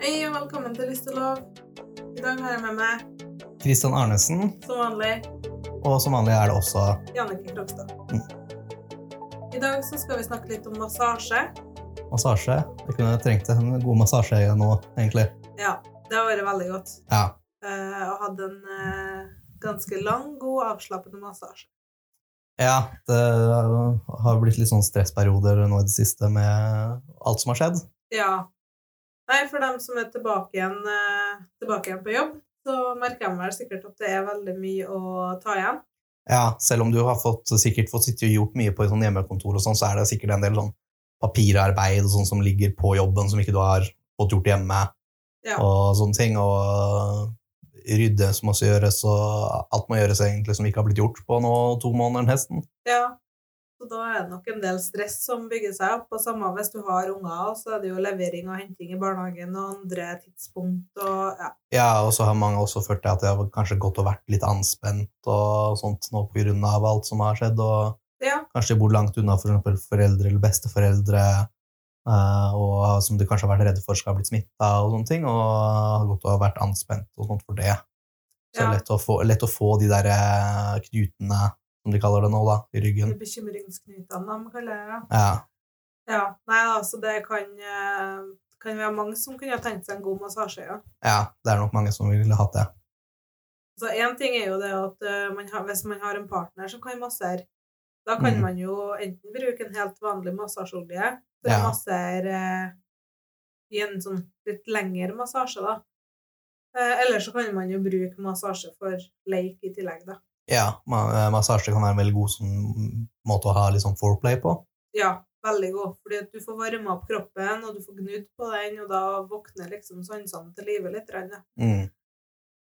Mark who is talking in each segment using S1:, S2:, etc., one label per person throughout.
S1: Hei og velkommen til Lyst og lov. I dag har jeg med meg,
S2: Kristian Arnesen,
S1: som vanlig,
S2: og som vanlig er det også
S1: Jannicke Krogstad. I dag så skal vi snakke litt om massasje.
S2: massasje. Jeg kunne trengt en god massasje nå, egentlig.
S1: Ja, det har vært veldig godt.
S2: Ja.
S1: Eh, og hadde en eh, ganske lang, god, avslappende massasje.
S2: ja, det har blitt litt sånn stressperioder nå i det siste med alt som har skjedd.
S1: Ja. Nei, for dem som er tilbake igjen, eh, tilbake igjen på jobb, så merker jeg vel sikkert at det er veldig mye å ta igjen.
S2: Ja, selv om du har fått, sikkert fått sitte og gjort mye på et sånn hjemmekontor, og sånn, så er det sikkert en del sånn papirarbeid og sånn som ligger på jobben, som ikke du har fått gjort hjemme,
S1: Ja.
S2: og sånne ting. Og rydde som også gjøres, og alt må gjøres egentlig som ikke har blitt gjort på nå to måneder nesten.
S1: Ja. Så da er det nok en del stress som bygger seg opp. Og samme hvis du har unger, så er det jo levering og henting i barnehagen og andre tidspunkt og ja.
S2: Ja, og så har mange også følt at jeg har kanskje gått og vært litt anspent og sånt nå på grunn av alt som har skjedd, og
S1: ja.
S2: kanskje de bor langt unna for eksempel foreldre eller besteforeldre, eh, og som de kanskje har vært redde for skal ha blitt smitta og sånne ting, og har gått og vært anspent og sånt for det. Så det
S1: Ja.
S2: er lett å få, lett å få de der eh, knutene, som de kaller det nå, da, i ryggen.
S1: De bekymringsknutene, de kaller det.
S2: Ja,
S1: Ja. Nei, altså, det kan eh, kan være mange som kunne ha tenkt seg en god massasje, ja.
S2: ja, det er nok mange som ville hatt det.
S1: Så én ting er jo det at eh, man har, hvis man har en partner som kan massere, da kan
S2: Mhm.
S1: man jo enten bruke en helt vanlig massasjeolje for å
S2: Ja.
S1: massere eh, i en sånn litt lengre massasje, da. Eh, eller så kan man jo bruke massasje for leik i tillegg, da.
S2: Ja, ma- eh, massasje kan være en veldig god sånn, måte å ha litt sånn foreplay på.
S1: Ja, veldig god, fordi at du får varma opp kroppen, og du får gnudd på den, og da våkner liksom sansene til live litt. grann, da.
S2: Mm.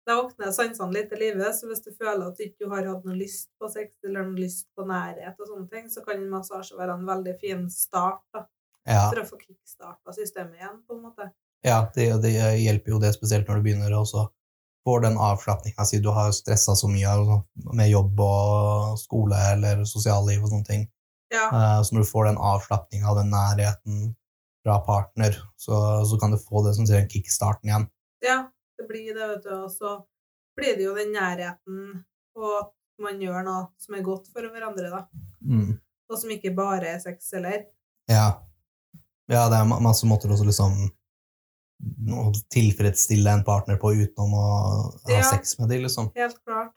S1: Da våkner sansene litt til live, så hvis du føler at du ikke har hatt noe lyst på sex eller noe lyst på nærhet, og sånne ting, så kan en massasje være en veldig fin start da,
S2: Ja.
S1: for å få kickstarta systemet igjen. på en måte.
S2: Ja, det, det hjelper jo det, spesielt når du begynner å også får den avslapninga si. Du har stressa så mye altså, med jobb og skole eller sosialliv og sånne ting.
S1: Ja,
S2: Eh, Så når du får den avslapninga og den nærheten fra partner, så, så kan du få det som sier den kickstarten igjen.
S1: ja, det blir det, vet du. Og så blir det jo den nærheten og at man gjør noe som er godt for hverandre, da. Og som ikke bare er sex heller.
S2: Ja. ja, det er ma- masse måter å liksom å tilfredsstille en partner på utenom å ha
S1: Ja.
S2: sex med dem, liksom.
S1: Helt klart.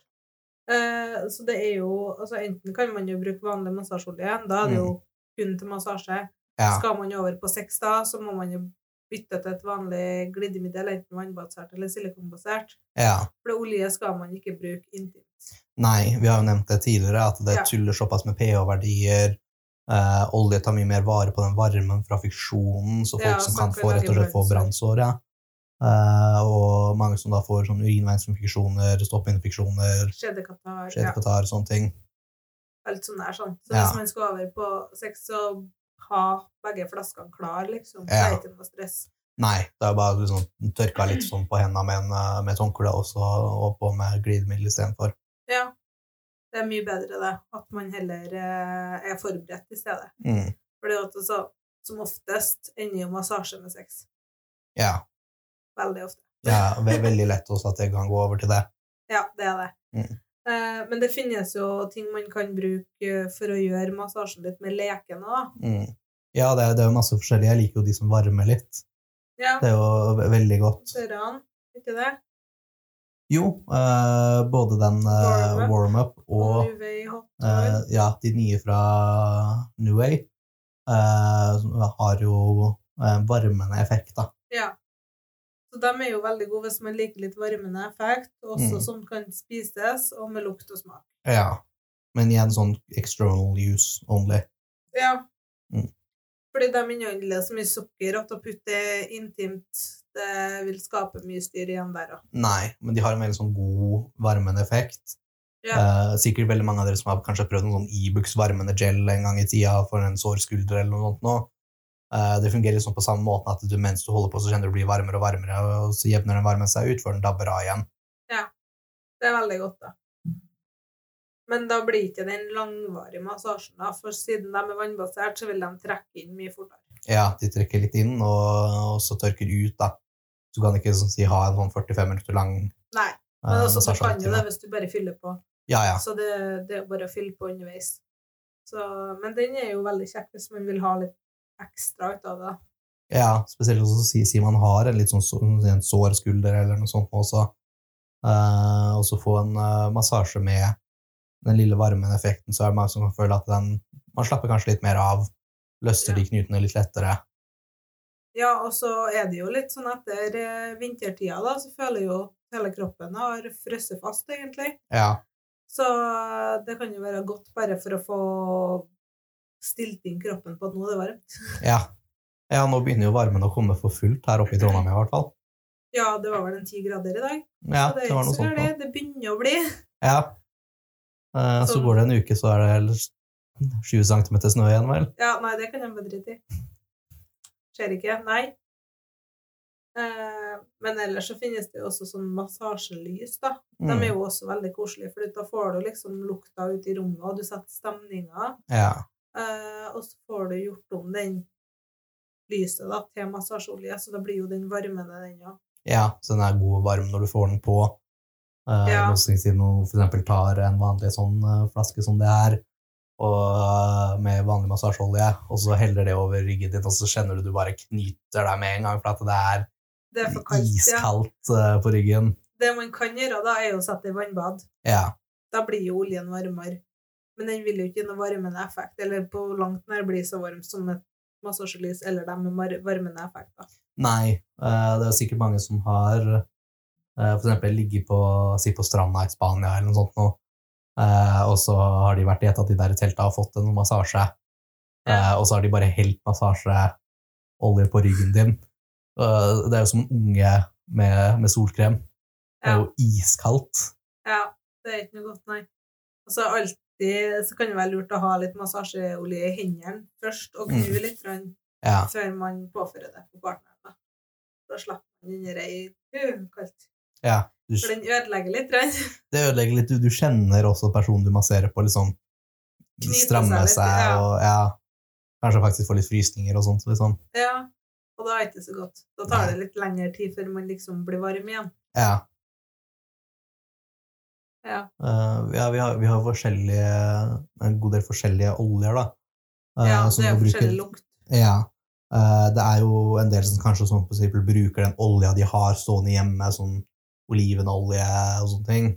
S1: Eh, så det er jo altså Enten kan man jo bruke vanlig massasjeolje, da er det jo kun til massasje.
S2: Ja.
S1: Skal man jo over på sex, da, så må man jo bytte til et vanlig glidemiddel, enten vannbasert eller silikonbasert.
S2: ja.
S1: For olje skal man ikke bruke intimt.
S2: Nei, vi har jo nevnt det tidligere, at det
S1: Ja.
S2: tuller såpass med pH-verdier. Eh, olje tar mye mer vare på den varmen fra fiksjonen, så folk
S1: Ja,
S2: som
S1: så
S2: kan
S1: kan
S2: få
S1: det
S2: rett og
S1: lage
S2: slett få brannsår. Ja. Eh, og mange som da får sånn urinveisinfeksjoner, stoppinfeksjoner,
S1: Skjedekatarr, ja.
S2: skjedekotar og sånne ting.
S1: alt sånt der. sånn. Så
S2: Ja.
S1: hvis man skal over på sex, så ha begge flaskene klar, liksom. Så
S2: Ja.
S1: er det ikke noe stress.
S2: Nei, det er bare liksom tørka litt sånn på hendene med, en, eh, med et håndkle også, og på med glidemiddel istedenfor.
S1: Ja. Det er mye bedre, det. At man heller eh, er forberedt i stedet.
S2: Mm.
S1: For det er jo at så, som oftest ender jo massasje med sex.
S2: Ja.
S1: Veldig ofte.
S2: ja ve veldig lett også at det kan gå over til det.
S1: Ja, det er det.
S2: Mm.
S1: Eh, men det finnes jo ting man kan bruke eh, for å gjøre massasjen litt mer lekende, da.
S2: Mm. Ja, det, er- det er jo masse forskjellig. Jeg liker jo de som varmer litt.
S1: Ja,
S2: Det er jo ve- veldig godt.
S1: Søran, ikke det?
S2: Jo, eh, både den
S1: Warm Up.
S2: eh, warm-up og
S1: UV hot
S2: eh,
S1: oil.
S2: ja, de nye fra New Way eh, som har jo eh, varmende effekt, da.
S1: Så de er jo veldig gode hvis man liker litt varmende effekt, også
S2: Mm.
S1: som kan spises, og med lukt og smak.
S2: Ja. Men igjen sånn external use only.
S1: Ja.
S2: Mm.
S1: Fordi de inneholder så mye sukker at å putte det intimt, det vil skape mye styr igjen der òg.
S2: Nei, men de har en veldig sånn god varmende effekt. Eh, sikkert veldig mange av dere som har kanskje prøvd en sånn Ibux varmende gel en gang i tida for en sår skulder eller noe sånt nå. Eh, det fungerer liksom på samme måten at du, mens du holder på, så kjenner du blir varmere og varmere, og så jevner den varmen seg ut før den dabber av igjen.
S1: Det er veldig godt, da. Men da blir ikke den langvarige massasjen, da, for siden de er vannbasert, så vil de trekke inn mye fortere.
S2: Ja, de trekker litt inn og, og så tørker ut, da. Så du kan ikke sånn, si, ha en sånn 45 minutter lang
S1: Nei, men
S2: eh,
S1: også, du kan jo
S2: massasjeavtale.
S1: det hvis du bare fyller på.
S2: Ja, ja.
S1: Så det, det er bare å fylle på underveis. Så, men den er jo veldig kjekk hvis man vil ha litt ekstra ut av det.
S2: Ja, spesielt også si, si man har en litt sånn så- en sår skulder eller noe sånt også. Eh, og så få en eh, massasje med den lille varmen effekten, så er det mange som kan føle at den, man slapper kanskje litt mer av, løster de knutene litt lettere.
S1: Ja, og så er det jo litt sånn etter eh, vintertida, da, så føler jo hele kroppen har frosset fast, egentlig.
S2: Ja,
S1: Så eh, det kan jo være godt bare for å få stilt inn kroppen på at nå er det varmt.
S2: ja. Ja, nå begynner jo varmen å komme for fullt her oppe i Trondheim i hvert fall.
S1: Ja, det var vel en ti grader i dag.
S2: Ja,
S1: så det
S2: det
S1: er
S2: var
S1: ikke
S2: noe
S1: så
S2: sånt.
S1: gærent.
S2: da.
S1: Det begynner å bli.
S2: Ja. Eh, så
S1: Sånn.
S2: går det en uke, så er det ellers 20 cm snø igjen, vel?
S1: Ja, nei, det kan jeg bare drite i. Skjer ikke. Nei. Eh, men ellers så finnes det jo også sånn massasjelys, da. De er
S2: Mm.
S1: jo også veldig koselige, for da får du liksom lukta ut i rommet, og du setter stemninga.
S2: Ja.
S1: Eh, og så får du gjort om den lyset da, til massasjeolje, så da blir jo den varmende, den òg.
S2: Ja, så den er god og varm når du får den på. Uh,
S1: Ja.
S2: Hvis du for eksempel tar en vanlig sånn eh, flaske som det er, og, eh, med vanlig massasjeolje, og så heller det over ryggen din, og så kjenner du du bare knyter deg med en gang, for at det er
S1: Det er for kaldt. Ja.
S2: iskaldt eh, på ryggen.
S1: Det man kan gjøre da, er jo å sette i vannbad.
S2: Ja,
S1: Da blir jo oljen varmere. Men den vil jo ikke gi noe varmende effekt, eller på langt nær bli så varm som et massasjelys eller de med mar- varmende effekter.
S2: nei, eh, det er sikkert mange som har eh, for eksempel ligget på, si på stranda i Spania eller noe sånt nå, eh, og så har de vært i et av de der teltene og fått en massasje, Eh, og så har de bare helt massasjeolje på ryggen din. Eh, det er jo som en unge med, med solkrem. Det er
S1: Ja.
S2: jo iskaldt.
S1: Ja, det er ikke noe godt, nei. Og så alltid så kan det være lurt å ha litt massasjeolje i hendene først, og gnu
S2: Mm.
S1: litt grann
S2: Ja.
S1: før man påfører det på partneren. Da, da slipper man den der i uh, kaldt.
S2: Du,
S1: For den ødelegger litt. Grann.
S2: det ødelegger litt. Du, du kjenner også personen du masserer på, liksom
S1: Knyter seg
S2: stramme
S1: litt,
S2: seg,
S1: ja.
S2: og ja, kanskje faktisk få litt frysninger og sånt. Liksom.
S1: Ja. Og da er det ikke så godt. Da tar det litt lengre tid før man liksom blir varm igjen.
S2: Ja.
S1: Ja.
S2: Eh, ja, vi har, vi har forskjellige, en god del forskjellige oljer, da. eh,
S1: Ja,
S2: som
S1: det er
S2: man
S1: jo
S2: bruker-
S1: forskjellig lukt.
S2: Ja. Eh, det er jo en del som kanskje som for eksempel bruker den olja de har stående hjemme, sånn olivenolje og sånne ting.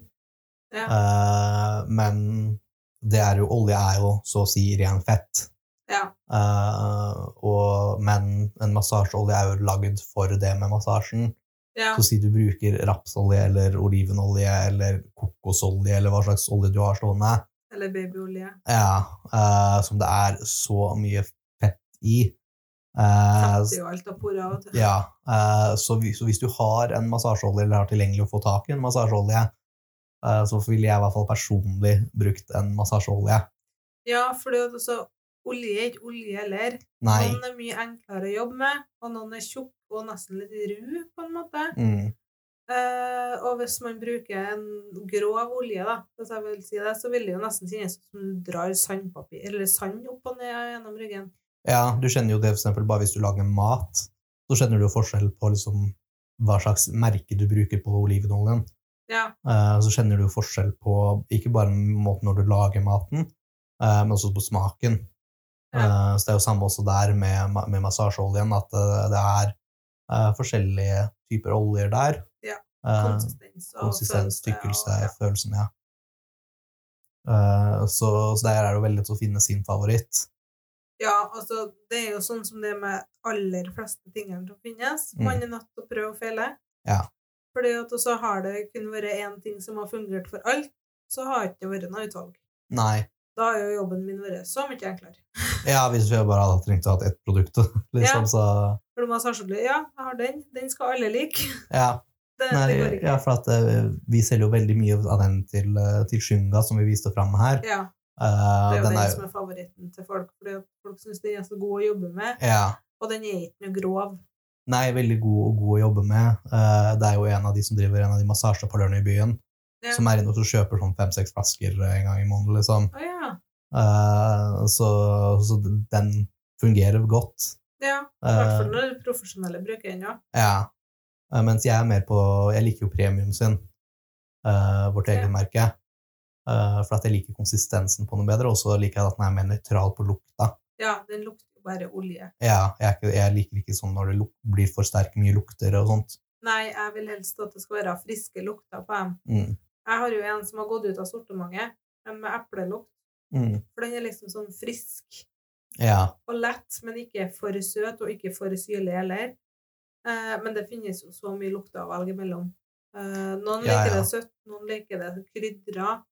S1: Ja.
S2: Eh, men det er jo, olje er jo så å si ren fett.
S1: Ja.
S2: Eh, og, men en massasjeolje er jo lagd for det med massasjen.
S1: Ja.
S2: Så si du bruker rapsolje eller olivenolje eller kokosolje eller hva slags olje du har stående,
S1: Eller babyolje.
S2: ja, eh, som det er så mye fett i. Eh,
S1: Setter jo alt av porer. vet du.
S2: ja, eh, så, hvis, så hvis du har en massasjeolje, eller har tilgjengelig å få tak i en massasjeolje, eh, så ville jeg i hvert fall personlig brukt en massasjeolje.
S1: Ja, for det er jo også olje er ikke olje heller.
S2: Nei.
S1: Noen er mye enklere å jobbe med, og noen er tjukke og nesten litt ru, på en måte.
S2: Mm,
S1: Eh, og hvis man bruker en grov olje, da, hvis jeg vil si det, så vil det jo nesten kjennes ut som du drar sandpapir, eller sand opp og ned gjennom ryggen.
S2: ja, du kjenner jo det for eksempel bare hvis du lager mat, så kjenner du jo forskjell på liksom, hva slags merke du bruker på olivenoljen.
S1: Ja.
S2: Eh, så kjenner du jo forskjell på ikke bare måten når du lager maten, eh, men også på smaken.
S1: Ja.
S2: Eh, så det er jo samme også der med, ma- med massasjeoljen, at eh, det er eh, forskjellige typer oljer der.
S1: Ja.
S2: Eh,
S1: Konsistens og
S2: konsistens,
S1: følelse og-
S2: tykkelse,
S1: ja.
S2: følelsen, ja. Eh, så, så der er det jo veldig lett å finne sin favoritt.
S1: Ja, altså, det er jo sånn som det er med aller fleste tingene som finnes. Man er nødt til å prøve og feile.
S2: Mm. Ja.
S1: Fordi at også har det kun vært én ting som har fungert for alt, så har ikke det vært noe utvalg.
S2: Nei.
S1: Da har jo jobben min vært så mye enklere.
S2: Ja, hvis vi bare hadde trengt å ha ett produkt,
S1: Ja.
S2: liksom, så
S1: For massasjeolje, ja, jeg har den. Den skal alle like.
S2: Ja.
S1: Det, det går
S2: Nei,
S1: ikke.
S2: ja, for at eh, vi selger jo veldig mye av den til, eh, til Shunga, som vi viste fram her.
S1: Ja,
S2: Eh,
S1: det er jo
S2: den
S1: den
S2: er jo
S1: som er favoritten til folk, fordi at folk syns den er så god å jobbe med,
S2: ja.
S1: og den er ikke noe grov.
S2: Nei, veldig god og god å jobbe med. Eh, det er jo en av de som driver en av de massasjeparlørene i byen,
S1: Ja.
S2: som er inne og så kjøper sånn fem-seks flasker eh, en gang i måneden, liksom.
S1: Å ja.
S2: Eh, så, så den fungerer godt. Eh,
S1: Ja, i hvert fall når profesjonelle bruker den, ja.
S2: Ja. Eh, mens jeg er mer på Jeg liker jo premium sin, eh, vårt eget
S1: Ja.
S2: merke. Eh, for at jeg liker konsistensen på den bedre, og så liker jeg at den er mer nøytral på lukta.
S1: Ja, den lukter bare olje.
S2: Ja, jeg, er ikke, jeg liker ikke sånn når det luk blir for sterke mye lukter og sånt.
S1: Nei, jeg vil helst at det skal være friske lukter på dem.
S2: Mm.
S1: Jeg har jo en som har gått ut av sortimentet, en med eplelukt.
S2: Mm.
S1: For den er liksom sånn frisk
S2: Ja.
S1: og lett, men ikke for søt og ikke for syrlig heller. Eh, men det finnes jo så mye lukter å velge mellom. Eh, noen
S2: Ja,
S1: liker
S2: ja.
S1: det søtt, noen liker det krydra.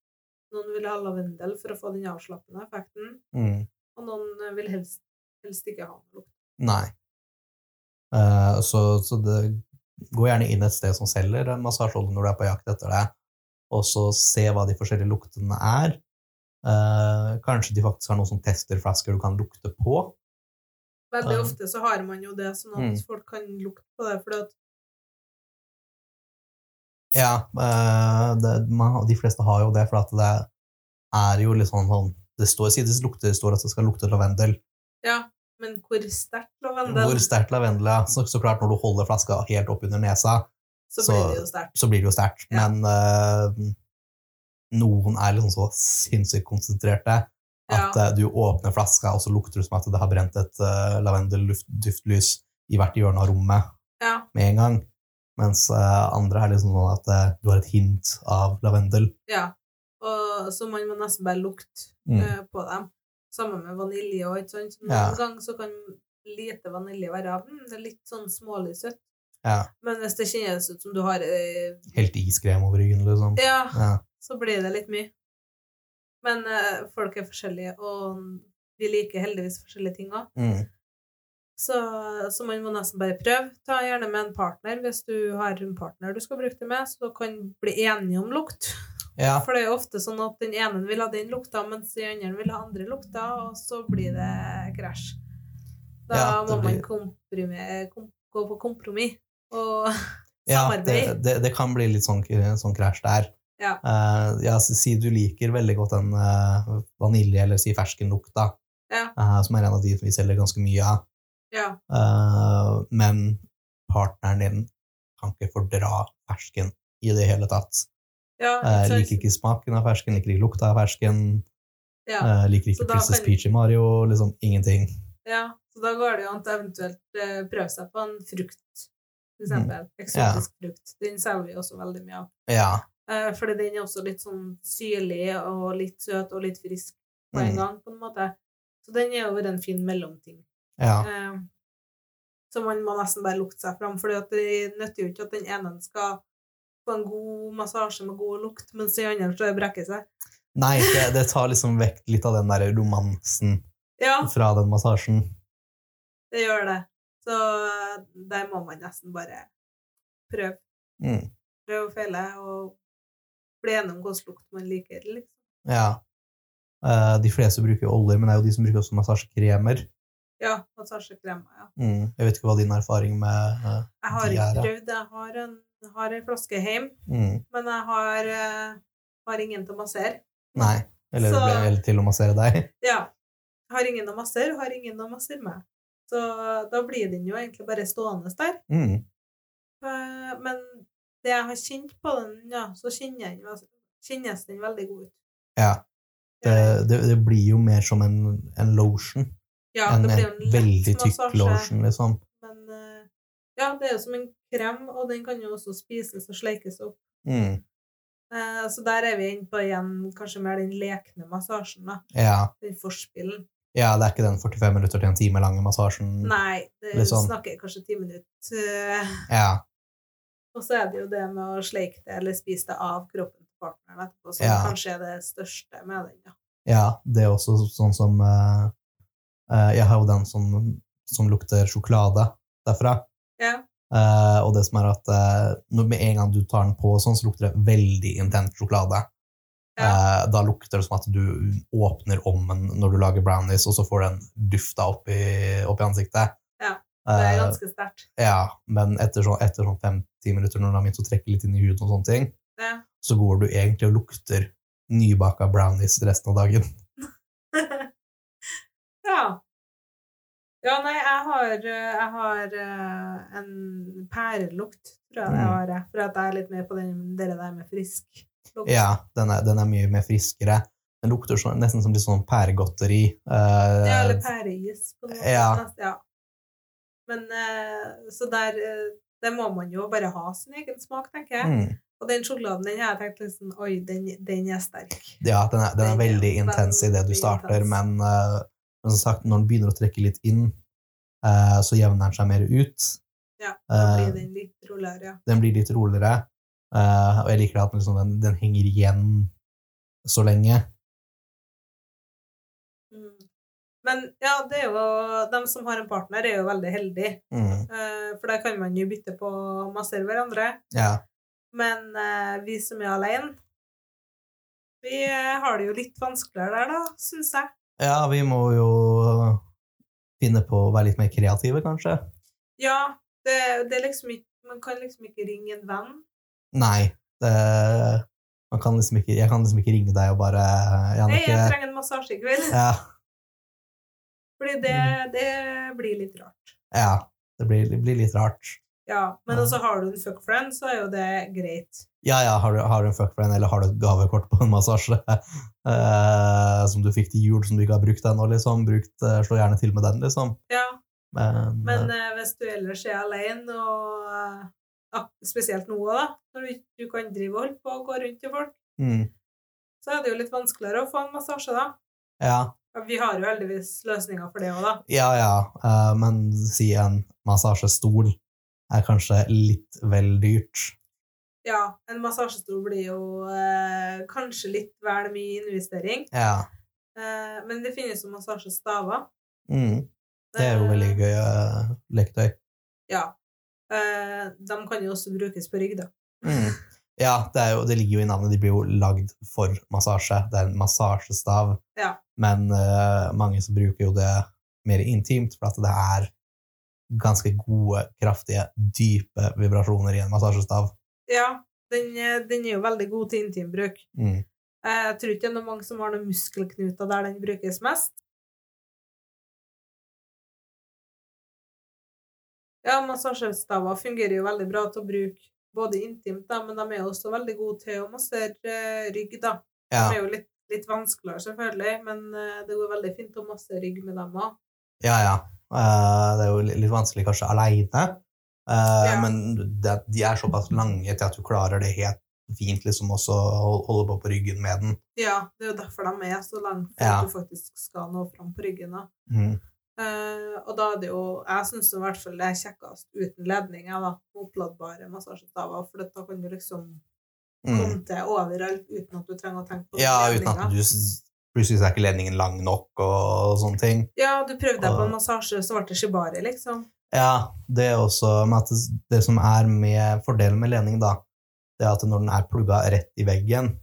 S1: Noen vil ha lavendel for å få den avslappende effekten,
S2: Mm.
S1: og noen eh, vil helst, helst ikke ha noe lukt.
S2: Nei. Eh, så, så det gå gjerne inn et sted som selger eh, massasjeolje når du er på jakt etter det, og så se hva de forskjellige luktene er. Eh, kanskje de faktisk har noen som tester flasker du kan lukte på.
S1: Veldig
S2: Ja.
S1: ofte så har man jo det sånn at
S2: Mm.
S1: folk kan lukte på det, for at
S2: Ja, eh, det, man, de fleste har jo det, for at det er jo litt sånn sånn det står, siden det lukter, det står at det skal lukte lavendel.
S1: Ja, men hvor sterkt lavendel,
S2: Hvor sterkt lavendel er så, så klart, når du holder flaska helt oppunder nesa,
S1: så
S2: så-
S1: blir det jo sterkt.
S2: så blir det jo sterkt.
S1: Ja.
S2: Men eh, noen er liksom så sinnssykt konsentrerte
S1: Ja.
S2: at eh, du åpner flaska, og så lukter det som at det har brent et uh, lavendelduftlys i hvert hjørne av rommet
S1: ja.
S2: med en gang. Mens eh, andre er liksom sånn at eh, du har et hint av lavendel.
S1: ja. Og, så man må nesten bare lukte
S2: Mm.
S1: eh, på dem. Samme med vanilje òg, ikke sant. Så Noen
S2: Ja.
S1: ganger så kan lite vanilje være av den. Det er litt sånn smålig søtt.
S2: Ja.
S1: Men hvis det kjennes ut som du har eh,
S2: Helt iskrem over ryggen, liksom.
S1: Ja,
S2: Ja.
S1: så blir det litt mye. Men eh, folk er forskjellige, og vi liker heldigvis forskjellige ting òg.
S2: Mm.
S1: Så, så man må nesten bare prøve. Ta gjerne med en partner hvis du har en partner du skal bruke det med, så dere kan bli enige om lukt.
S2: ja.
S1: For det er jo ofte sånn at den ene vil ha den lukta, mens den andre vil ha andre lukta, og så blir det krasj. Da
S2: Ja, det
S1: må man
S2: blir-
S1: komprime- kom, gå på kompromiss. Og
S2: Ja,
S1: Samarbeid.
S2: det, det, det kan bli litt sånn, sånn krasj der.
S1: Ja.
S2: Eh, ja, si, si du liker veldig godt den eh, vanilje- eller si ferskenlukta,
S1: Ja.
S2: eh, som er en av de vi selger ganske mye av.
S1: ja,
S2: Eh, men partneren din kan ikke fordra fersken i det hele tatt.
S1: ja,
S2: Eh,
S1: så-
S2: liker ikke smaken av fersken, liker ikke lukta av fersken,
S1: ja,
S2: eh, liker
S1: Så
S2: ikke
S1: da
S2: Princess
S1: kan-
S2: Peach i Mario, liksom ingenting.
S1: ja. Så da går det jo an til eventuelt eh, prøve seg på en frukt, for
S2: Mm.
S1: eksempel. Eksotisk frukt. Den selger vi også veldig mye av.
S2: Ja.
S1: Eh, fordi den er også litt sånn syrlig og litt søt og litt frisk på en
S2: Mm.
S1: gang, på en måte. Så den er jo en fin mellomting.
S2: ja.
S1: Eh, så man må nesten bare lukte seg fram, for det nytter jo ikke at den ene skal få en god massasje med god lukt, mens den andre skal brekke seg.
S2: Nei, det, det tar liksom vekk litt av den der romansen
S1: Ja,
S2: fra den massasjen.
S1: det gjør det. Så eh, der må man nesten bare prøve.
S2: Mm.
S1: Prøve og feile, og bli enig om hvilken lukt man liker, liksom.
S2: Ja. Eh, de fleste bruker jo oljer, men det er jo de som bruker også massasjekremer.
S1: Ja, massasjekremer, ja.
S2: Mm. Jeg vet ikke hva din erfaring med eh,
S1: Jeg har
S2: De
S1: ikke
S2: er det.
S1: prøvd. Jeg har en, jeg har en flaske hjem,
S2: mm.
S1: men jeg har, eh, har ingen til å massere.
S2: Nei. Eller,
S1: Så-
S2: eller til å massere deg.
S1: Ja. Jeg har ingen å massere, og har ingen å massere meg. Så da blir den jo egentlig bare stående der.
S2: Mm.
S1: Eh, Men det jeg har kjent på den, ja, så kjenner jeg den, vel- kjennes den veldig god ut.
S2: Ja. Det,
S1: Gjør
S2: det, det blir jo mer som en, en lotion.
S1: Ja,
S2: en,
S1: det blir
S2: en
S1: jo en lett
S2: veldig tykk
S1: massasje,
S2: lotion, liksom.
S1: Men eh, ja, det er jo som en krem, og den kan jo også spises og sleikes opp.
S2: Mm.
S1: Eh, Så der er vi inne på igjen kanskje mer den lekne massasjen, da.
S2: Ja.
S1: Den forspillen.
S2: ja, det er ikke den 45 minutter til en time lange massasjen.
S1: Nei, det
S2: Litt Mm. sånn.
S1: snakker jeg kanskje ti minutter. Eh,
S2: Ja.
S1: Og så er det jo det med å sleike det eller spise det av kroppen til partneren etterpå, som
S2: Ja.
S1: kanskje er det største med den. Ja.
S2: Ja, det er også sånn som eh, eh, Jeg har jo den som, som lukter sjokolade derfra.
S1: Ja.
S2: Eh, og det som er at eh, når med en gang du tar den på, og sånn, så lukter det veldig intens sjokolade. Eh, da lukter det som at du åpner ommen når du lager brownies, og så får den dufta opp i, opp i ansiktet.
S1: Ja, Det er
S2: Eh,
S1: ganske sterkt.
S2: ja, men etter sånn, etter sånn fem-ti minutter når den har begynt å trekke litt inn i huden, og sånne ting,
S1: Det.
S2: så går du egentlig og lukter nybaka brownies resten av dagen.
S1: ja. Ja, nei, jeg har, eh, jeg har eh, en pærelukt, tror jeg det
S2: Mm.
S1: har. jeg. For at jeg er litt mer på den, dere der med frisk lukt.
S2: Ja, den er, den er mye mer friskere. Den lukter sånn, nesten som litt sånn pæregodteri. Eh,
S1: Ja, eller pæreis. På noe
S2: Ja.
S1: nest- ja. Men eh, så der eh, Der må man jo bare ha sin egen smak, tenker jeg.
S2: mm.
S1: Og den sjokoladen den har jeg tenkt liksom Oi, den, den er sterk.
S2: Ja, den er, den er
S1: Den er
S2: veldig intens i det du
S1: veldig
S2: starter,
S1: intens.
S2: men, eh, men som sagt, når den begynner å trekke litt inn, eh, så jevner den seg mer ut.
S1: Ja, da
S2: Eh,
S1: blir den litt roligere, ja.
S2: Den blir litt roligere, eh, og jeg liker at den, liksom, den, den henger igjen så lenge.
S1: Mm. Men ja, det er jo De som har en partner, er jo veldig heldige.
S2: Mm.
S1: Eh, For da kan man jo bytte på masse hverandre.
S2: Ja.
S1: Men eh, vi som er alene, vi eh, har det jo litt vanskeligere der, da, syns jeg.
S2: ja, vi må jo finne på å være litt mer kreative, kanskje.
S1: Ja, det, det er liksom ikke Man kan liksom ikke ringe en venn.
S2: Nei, det, man kan liksom ikke, jeg kan liksom ikke ringe deg og bare
S1: Hei, jeg
S2: Jannicke
S1: trenger en massasje i kveld.
S2: ja,
S1: Fordi det,
S2: Mm.
S1: det blir litt rart.
S2: ja, det blir, det blir litt rart.
S1: Ja, men
S2: Ja.
S1: også har du en fuckfriend, så er jo det greit.
S2: Ja, ja, har du, har du en fuckfriend, eller har du et gavekort på en massasje eh, som du fikk til jul, som du ikke har brukt ennå, liksom? Brukt, eh, slå gjerne til med den, liksom.
S1: Ja,
S2: Men,
S1: men
S2: eh,
S1: eh, hvis du ellers er alene, og eh, ak- spesielt nå, da, når du ikke du kan drive og holde på og gå rundt til folk,
S2: mm,
S1: så er det jo litt vanskeligere å få en massasje, da.
S2: ja,
S1: Ja, Vi har jo heldigvis løsninger for det òg, da.
S2: ja, ja, eh, men si en massasjestol er kanskje litt vel dyrt.
S1: Ja, en massasjestol blir jo eh, kanskje litt vel mye investering,
S2: Ja,
S1: eh, men det finnes jo massasjestaver.
S2: mm, det er jo veldig
S1: Eh,
S2: gøy eh, leketøy.
S1: Ja. Eh, de kan jo også brukes på rygg, da.
S2: Mm. Ja, det, er jo, det ligger jo i navnet. De blir jo lagd for massasje. Det er en massasjestav.
S1: Ja.
S2: Men eh, mange som bruker jo det mer intimt, for at det er ganske gode, kraftige, dype vibrasjoner i en massasjestav.
S1: Ja, den, eh, den er jo veldig god til intimbruk.
S2: Mm.
S1: Eh, jeg tror ikke det er noen mange som har noen muskelknuter der den brukes mest. Ja, massasjestaver fungerer jo veldig bra til å bruke både intimt, da, men de er jo også veldig gode til å massere eh, rygg, da.
S2: Ja,
S1: De er jo litt, litt vanskeligere, selvfølgelig, men eh, det går veldig fint å masse rygg med dem òg.
S2: ja. ja. Eh, det er jo li- litt vanskelig kanskje aleine, Eh,
S1: Ja.
S2: men det, de er såpass lange til at du klarer det helt fint liksom også å holde på på ryggen med den.
S1: Ja, det er jo derfor de er så langt, for
S2: Ja.
S1: at du faktisk skal nå fram på ryggen. da.
S2: Mm.
S1: Eh, og da er det jo Jeg syns i hvert fall det er kjekkest uten ledning, jeg, da. Oppladbare massasjestaver, for da kan du liksom
S2: Mm.
S1: komme til overalt uten at du trenger å tenke på
S2: Ja, uten
S1: ledninger.
S2: at du s- plutselig så er ikke ledningen lang nok og sånne ting.
S1: Ja, du prøvde deg på
S2: Og-
S1: en massasje, så ble det shibari, liksom.
S2: Ja, det er også med at det- det som er med fordelen med ledning, da, det er at når den er plugga rett i veggen,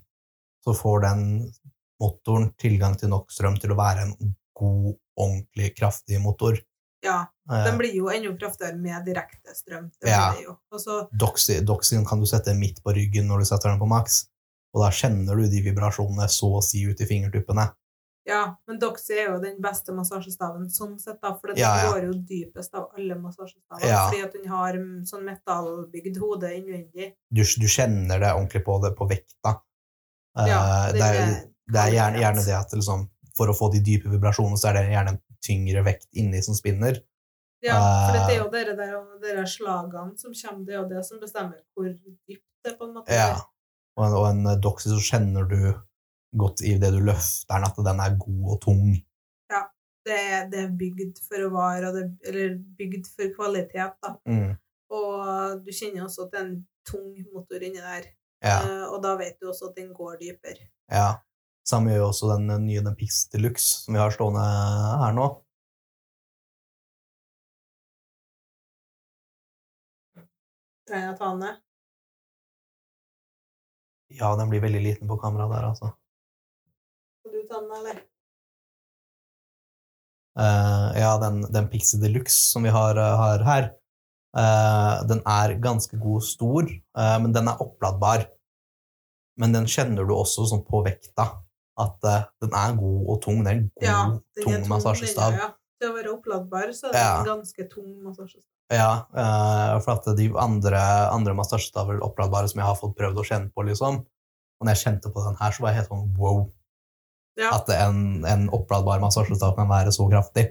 S2: så får den motoren tilgang til nok strøm til å være en god, ordentlig kraftig motor.
S1: Ja,
S2: Eh,
S1: Den blir jo enda kraftigere med direkte strøm. Det blir
S2: Ja.
S1: det jo. Og så
S2: doxy- Doxyen kan du sette midt på ryggen når du setter den på maks, og da kjenner du de vibrasjonene så å si ut i fingertuppene.
S1: Ja, men Doxy er jo den beste massasjestaven sånn sett, da, for den
S2: Ja, ja.
S1: går jo dypest av alle massasjestaver.
S2: Ja.
S1: Fordi at den har mm, sånn metallbygd hode innvendig.
S2: Du, du kjenner det ordentlig på det, på vekta. Eh,
S1: Ja,
S2: det er, Det er gjerne,
S1: Kalibrert.
S2: gjerne det at liksom, for å få de dype vibrasjonene, så er det gjerne en tyngre vekt inni som spinner.
S1: Ja, for det er
S2: Eh,
S1: jo dere der dere slagene som kommer, det er jo det som bestemmer hvor dypt det på en måte
S2: Ja.
S1: er.
S2: Og en, og en eh, doxy så kjenner du godt i det du løfter den, at den er god og tung.
S1: Det, er- det er bygd for å vare, og det, eller bygd for kvalitet, da. Og du kjenner også at det er en tung motor inni der,
S2: Ja,
S1: Eh, og da vet du også at den går dypere.
S2: ja. Samme gjør jo også den eh, nye den Pix Deluxe som vi har stående her nå.
S1: Trenger jeg å ta den ned?
S2: Ja, den blir veldig liten på kamera der, altså.
S1: Skal du ta den, eller?
S2: Eh, ja, den, den Pixie Deluxe som vi har, eh, har her, eh, den er ganske god stor, eh, men den er oppladbar. Men den kjenner du også sånn på vekta, at eh, den er god og tung. Det er en god,
S1: Ja, den er
S2: tung
S1: tung,
S2: massasjestav.
S1: den er, ja. til å være oppladbar, så er det
S2: Ja.
S1: en ganske tung massasje.
S2: Ja, eh, for at de andre, andre massasjestaver oppladbare som jeg har fått prøvd å kjenne på, liksom. Og når jeg kjente på den her, så var jeg helt sånn wow.
S1: Ja.
S2: At en, en oppladbar massasjestav kan være så kraftig.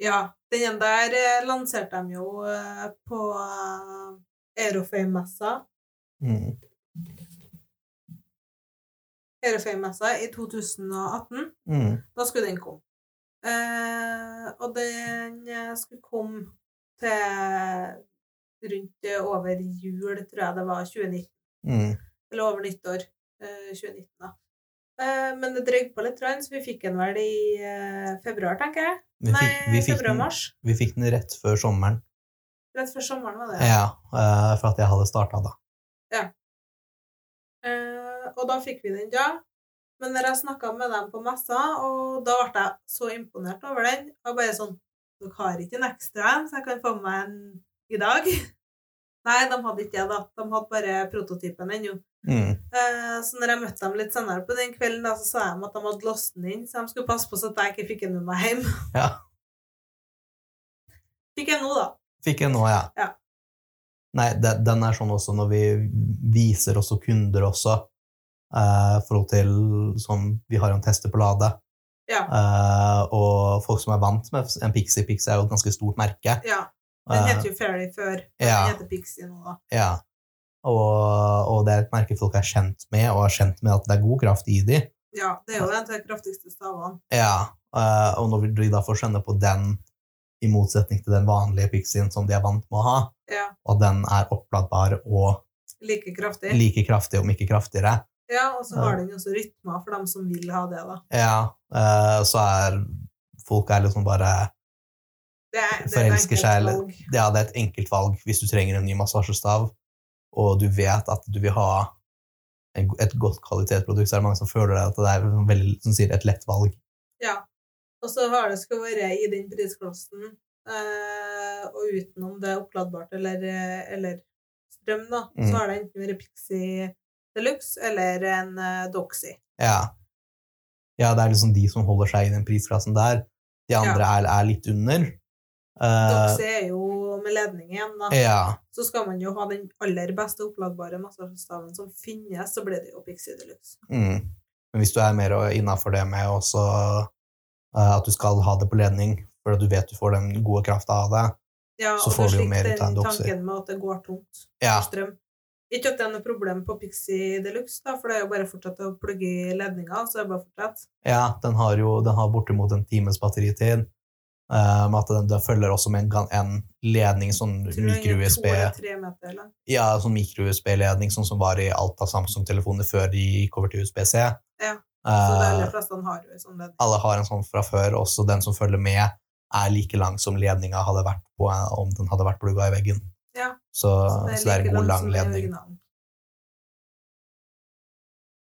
S1: Ja, den der eh, lanserte de jo eh, på eh, Aerofame-messa.
S2: Mm.
S1: Aerofame-messa i 2018.
S2: Mm.
S1: Da skulle den komme. Eh, og den eh, skulle komme til rundt eh, over jul, tror jeg det var, 2019.
S2: Mm.
S1: Eller over nyttår eh, 2019, da. Eh, men det drøy på litt, tror jeg, så vi fikk den vel i eh, februar, tenker jeg.
S2: Vi,
S1: Nei,
S2: fikk, vi, fikk den,
S1: februar-mars.
S2: vi fikk den rett før sommeren.
S1: Rett før sommeren var det.
S2: Ja, eh, for at jeg hadde starta da.
S1: Eh, og da fikk vi den, ja. Men når jeg snakka med dem på messa, og da ble jeg så imponert over den og bare sånn Dere har ikke en ekstra en, så jeg kan få med meg en i dag? Nei, de hadde ikke det, da. De hadde bare prototypen ennå.
S2: Mm.
S1: Eh, så når jeg møtte dem litt senere på den kvelden, da, så sa de at de hadde låst den inn, så de skulle passe på så at jeg ikke fikk den med meg hjem.
S2: Ja.
S1: Fikk jeg nå, da.
S2: Fikk jeg nå, ja.
S1: Ja.
S2: Nei, de- den er sånn også når vi viser også kunder også, eh, forhold til som vi har en testepolade,
S1: Ja.
S2: eh, og folk som er vant med en Pixie, Pixie er jo et ganske stort merke.
S1: Ja. Den
S2: Eh,
S1: het jo Fairy før.
S2: ja.
S1: Den heter Pixie nå, da.
S2: ja. Og, og det er et merke folk er kjent med, og er kjent med at det er god kraft i de.
S1: Ja, det er jo en av de kraftigste stavene.
S2: Ja, eh, og når de da får skjønne på den, i motsetning til den vanlige Pixien som de er vant med å ha,
S1: Ja.
S2: og den er oppladbar og
S1: Like kraftig.
S2: like kraftig, om ikke kraftigere,
S1: Ja, og så
S2: Ja.
S1: har den jo også rytmer for dem som vil ha det, da.
S2: Ja, eh, så er folk er liksom bare
S1: Det er, det er et
S2: Forelsker seg,
S1: enkelt
S2: eller-
S1: valg.
S2: Ja, det er et enkelt valg hvis du trenger en ny massasjestav, og du vet at du vil ha en, go- et godt kvalitetsprodukt, så er det mange som føler det at det er en veldig, som sier et lett valg.
S1: Og så har det skal være i den prisklassen, eh, og utenom det oppladbart eller, eh, eller strøm, da,
S2: Mm.
S1: så har det enten vært Pixie Deluxe eller en eh, Doxy.
S2: Ja. ja, det er liksom de som holder seg i den prisklassen der. De andre er, er litt under. Eh,
S1: Doxy er jo med ledning igjen, da.
S2: ja,
S1: Så skal man jo ha den aller beste oppladbare massasjestaven som finnes, så blir det jo Pixie Deluxe.
S2: mm. Men hvis du er mer innafor det med også eh, at du skal ha det på ledning, for at du vet du får den gode krafta av det,
S1: Ja,
S2: Så
S1: og
S2: får
S1: det
S2: du jo
S1: er slik
S2: mer ut av en
S1: den
S2: Doxy.
S1: tanken med at det går tomt.
S2: ja,
S1: på strøm. Ikke at det er noe problem på Pixie Deluxe, da, for det er jo bare å fortsette å plugge i ledninga. Så er det bare å fortsette.
S2: Ja, den har jo den har bortimot en times batteritid. eh, Men at den, den følger også med en, gan- en ledning, sånn
S1: Tror jeg den er to
S2: mikro-USB
S1: eller tre meter lang.
S2: ja, sånn mikro-USB-ledning, sånn som var i alt av Samsung-telefoner før de gikk over til USB-C.
S1: Ja, Så de
S2: Eh,
S1: aller fleste han har jo en sånn ledning.
S2: alle har en sånn fra før, også den som følger med, er like lang som ledninga hadde vært på eh, om den hadde vært plugga i veggen.
S1: Ja.
S2: Så, så, det er
S1: like
S2: en god,
S1: som
S2: lang
S1: den
S2: ledning.
S1: originalen.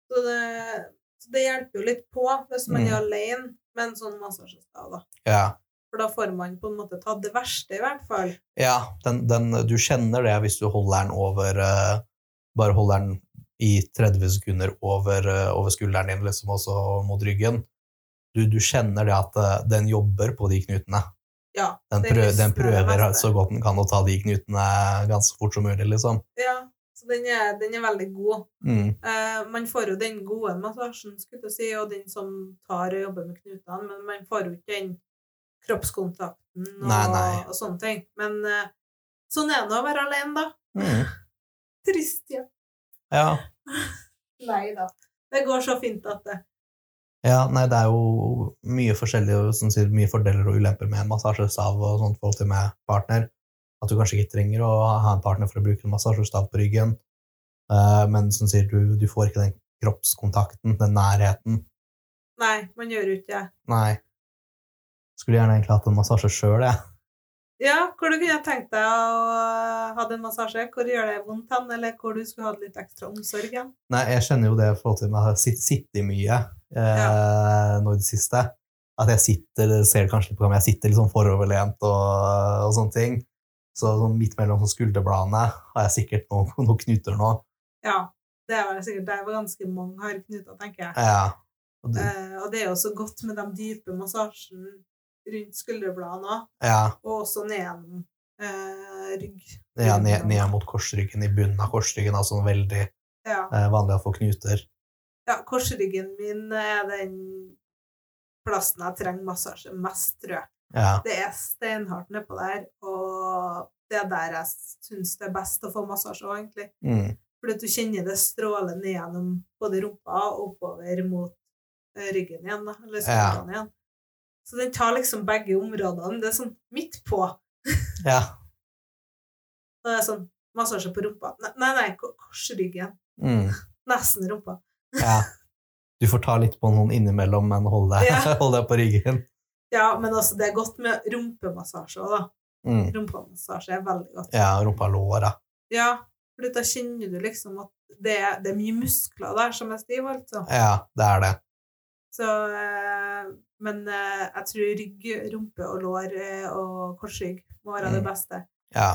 S1: Så det, så det hjelper jo litt på hvis man
S2: Mm.
S1: er alene med en sånn massasjestav, da.
S2: Ja.
S1: For da får man på en måte tatt det verste, i hvert fall.
S2: Ja, den, den, du kjenner det hvis du holder den over eh, Bare holder den i 30 sekunder over, eh, over skulderen din, liksom, og så mot ryggen. Du, du kjenner det at eh, den jobber på de knutene.
S1: Ja.
S2: Den,
S1: Det
S2: prø den
S1: løsner det
S2: prøver
S1: meste.
S2: så godt den kan å ta de knutene eh, ganske fort som mulig, liksom.
S1: ja. Så den er, den er veldig god.
S2: Mm,
S1: Eh, man får jo den gode massasjen, skulle jeg si, og den som tar og jobber med knutene, men man får jo ikke den kroppskontakten og,
S2: Nei, nei.
S1: og sånne ting. Men eh, sånn er det å være alene, da.
S2: mm.
S1: Trist, ja.
S2: Ja.
S1: Nei da. Det går så fint at det
S2: ja. Nei, det er jo mye forskjellige som sier, mye fordeler og ulemper med en massasjestav og sånt i forhold til med partner. At du kanskje ikke trenger å ha en partner for å bruke en massasjestav på ryggen. Eh, men som sier, du, du får ikke den kroppskontakten, den nærheten.
S1: Nei, man gjør jo ikke det.
S2: Nei. Skulle gjerne egentlig hatt en massasje sjøl, jeg.
S1: Ja, hvor du kunne tenkt deg å eh, ha en massasje? Hvor gjør det vondt hen, eller hvor du skulle hatt litt ekstra omsorg hen?
S2: Nei, jeg kjenner jo det i forhold til meg. Jeg har sitt- sittet mye eh, nå i det siste. At jeg sitter dere ser det kanskje litt på kamera, jeg sitter litt sånn foroverlent og, og sånne ting. Så sånn midt mellom sånn skulderbladene har jeg sikkert noen, noen knuter nå.
S1: Ja, det er vel sikkert det er vel ganske mange har knuter, tenker jeg.
S2: Ja. Og det,
S1: Eh, og det er jo så godt med de dype massasjen rundt skulderbladene òg,
S2: Ja,
S1: og også nedenom eh, rygg.
S2: ja ned, ned mot korsryggen, i bunnen av korsryggen, altså veldig
S1: Ja.
S2: eh, vanlig å få knuter.
S1: ja, korsryggen min er den plassen jeg trenger massasje mest, tror jeg.
S2: Ja,
S1: Det er steinhardt nedpå der, og det er der jeg syns det er best å få massasje òg, egentlig.
S2: mm,
S1: Fordi at du kjenner det stråler ned gjennom både rumpa og oppover mot eh, ryggen igjen, da, eller skuldrene igjen. Så den tar liksom begge områdene. Det er sånn midt på.
S2: ja.
S1: Og det er sånn massasje på rumpa. Nei, nei, nei, ko- korsryggen.
S2: Mm,
S1: Nesten rumpa.
S2: ja. Du får ta litt på noen innimellom, men hold deg,
S1: Ja.
S2: hold deg på ryggen.
S1: Ja, men altså, det er godt med rumpemassasje òg, da.
S2: Mm,
S1: Rumpemassasje er veldig godt.
S2: ja, rumpa lår, da.
S1: Ja, for da kjenner du liksom at det er, det er mye muskler der som er stive, altså.
S2: Ja, det er det.
S1: Så, eh, men eh, jeg tror rygg, rumpe og lår eh, og korsrygg må være det
S2: Mm.
S1: beste.
S2: Ja,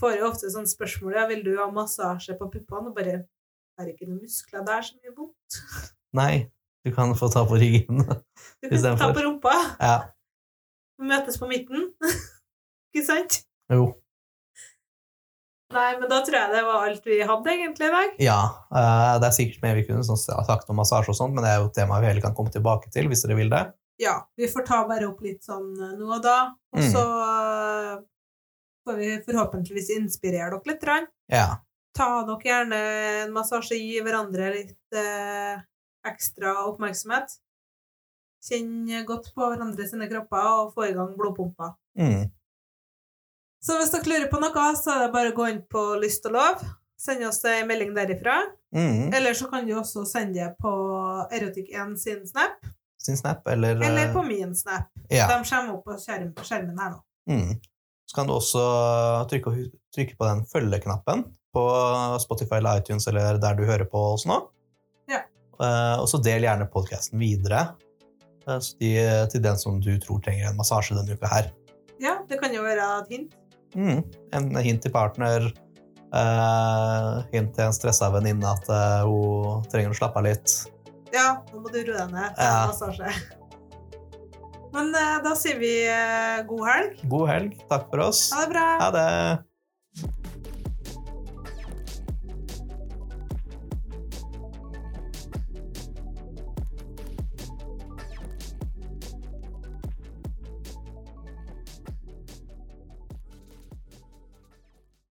S1: Får jo ofte sånne spørsmål ja, vil du ha massasje på puppene, og bare er det ikke noen muskler der som gjør vondt?
S2: nei, du kan få ta på ryggen.
S1: Du kan ta
S2: Istedenfor.
S1: på rumpa.
S2: ja,
S1: Møtes på midten. ikke sant?
S2: jo.
S1: Nei, men da tror jeg det var alt vi hadde egentlig i dag.
S2: Ja, eh, det er sikkert mer vi kunne sånn, sagt om massasje og sånt, men det er jo et tema vi heller kan komme tilbake til hvis dere vil det.
S1: Ja, vi får ta bare opp litt sånn eh, nå og da, og
S2: Mm.
S1: så eh, får vi forhåpentligvis inspirere dere litt. Rann.
S2: Ja,
S1: Ta dere gjerne en massasje, gi hverandre litt eh, ekstra oppmerksomhet. Kjenn godt på hverandre sine kropper og få i gang blodpumpa.
S2: mm.
S1: Så hvis dere lurer på noe, så er det bare å gå inn på Lyst og lov. Send oss ei melding derifra.
S2: Mm.
S1: Eller så kan du også sende det på Erotikk1 sin snap,
S2: Sin snap, eller, eh,
S1: eller på min snap.
S2: ja.
S1: De kommer opp på skjerm, skjermen her nå.
S2: Mm. Så kan du også trykke, trykke på den følgeknappen på Spotify eller iTunes eller der du hører på oss nå.
S1: Ja.
S2: Eh, og så del gjerne podkasten videre eh, så de, til den som du tror trenger en massasje denne uka her.
S1: Ja, det kan jo være et hint.
S2: Mm. En hint til partner, eh, hint til en stressa venninne at eh, hun trenger å slappe av litt.
S1: Ja, nå må du roe deg ned. Ta
S2: Ja.
S1: en massasje. Men eh, da sier vi eh, god helg.
S2: God helg. Takk for oss.
S1: Ha det bra.
S2: Ha det.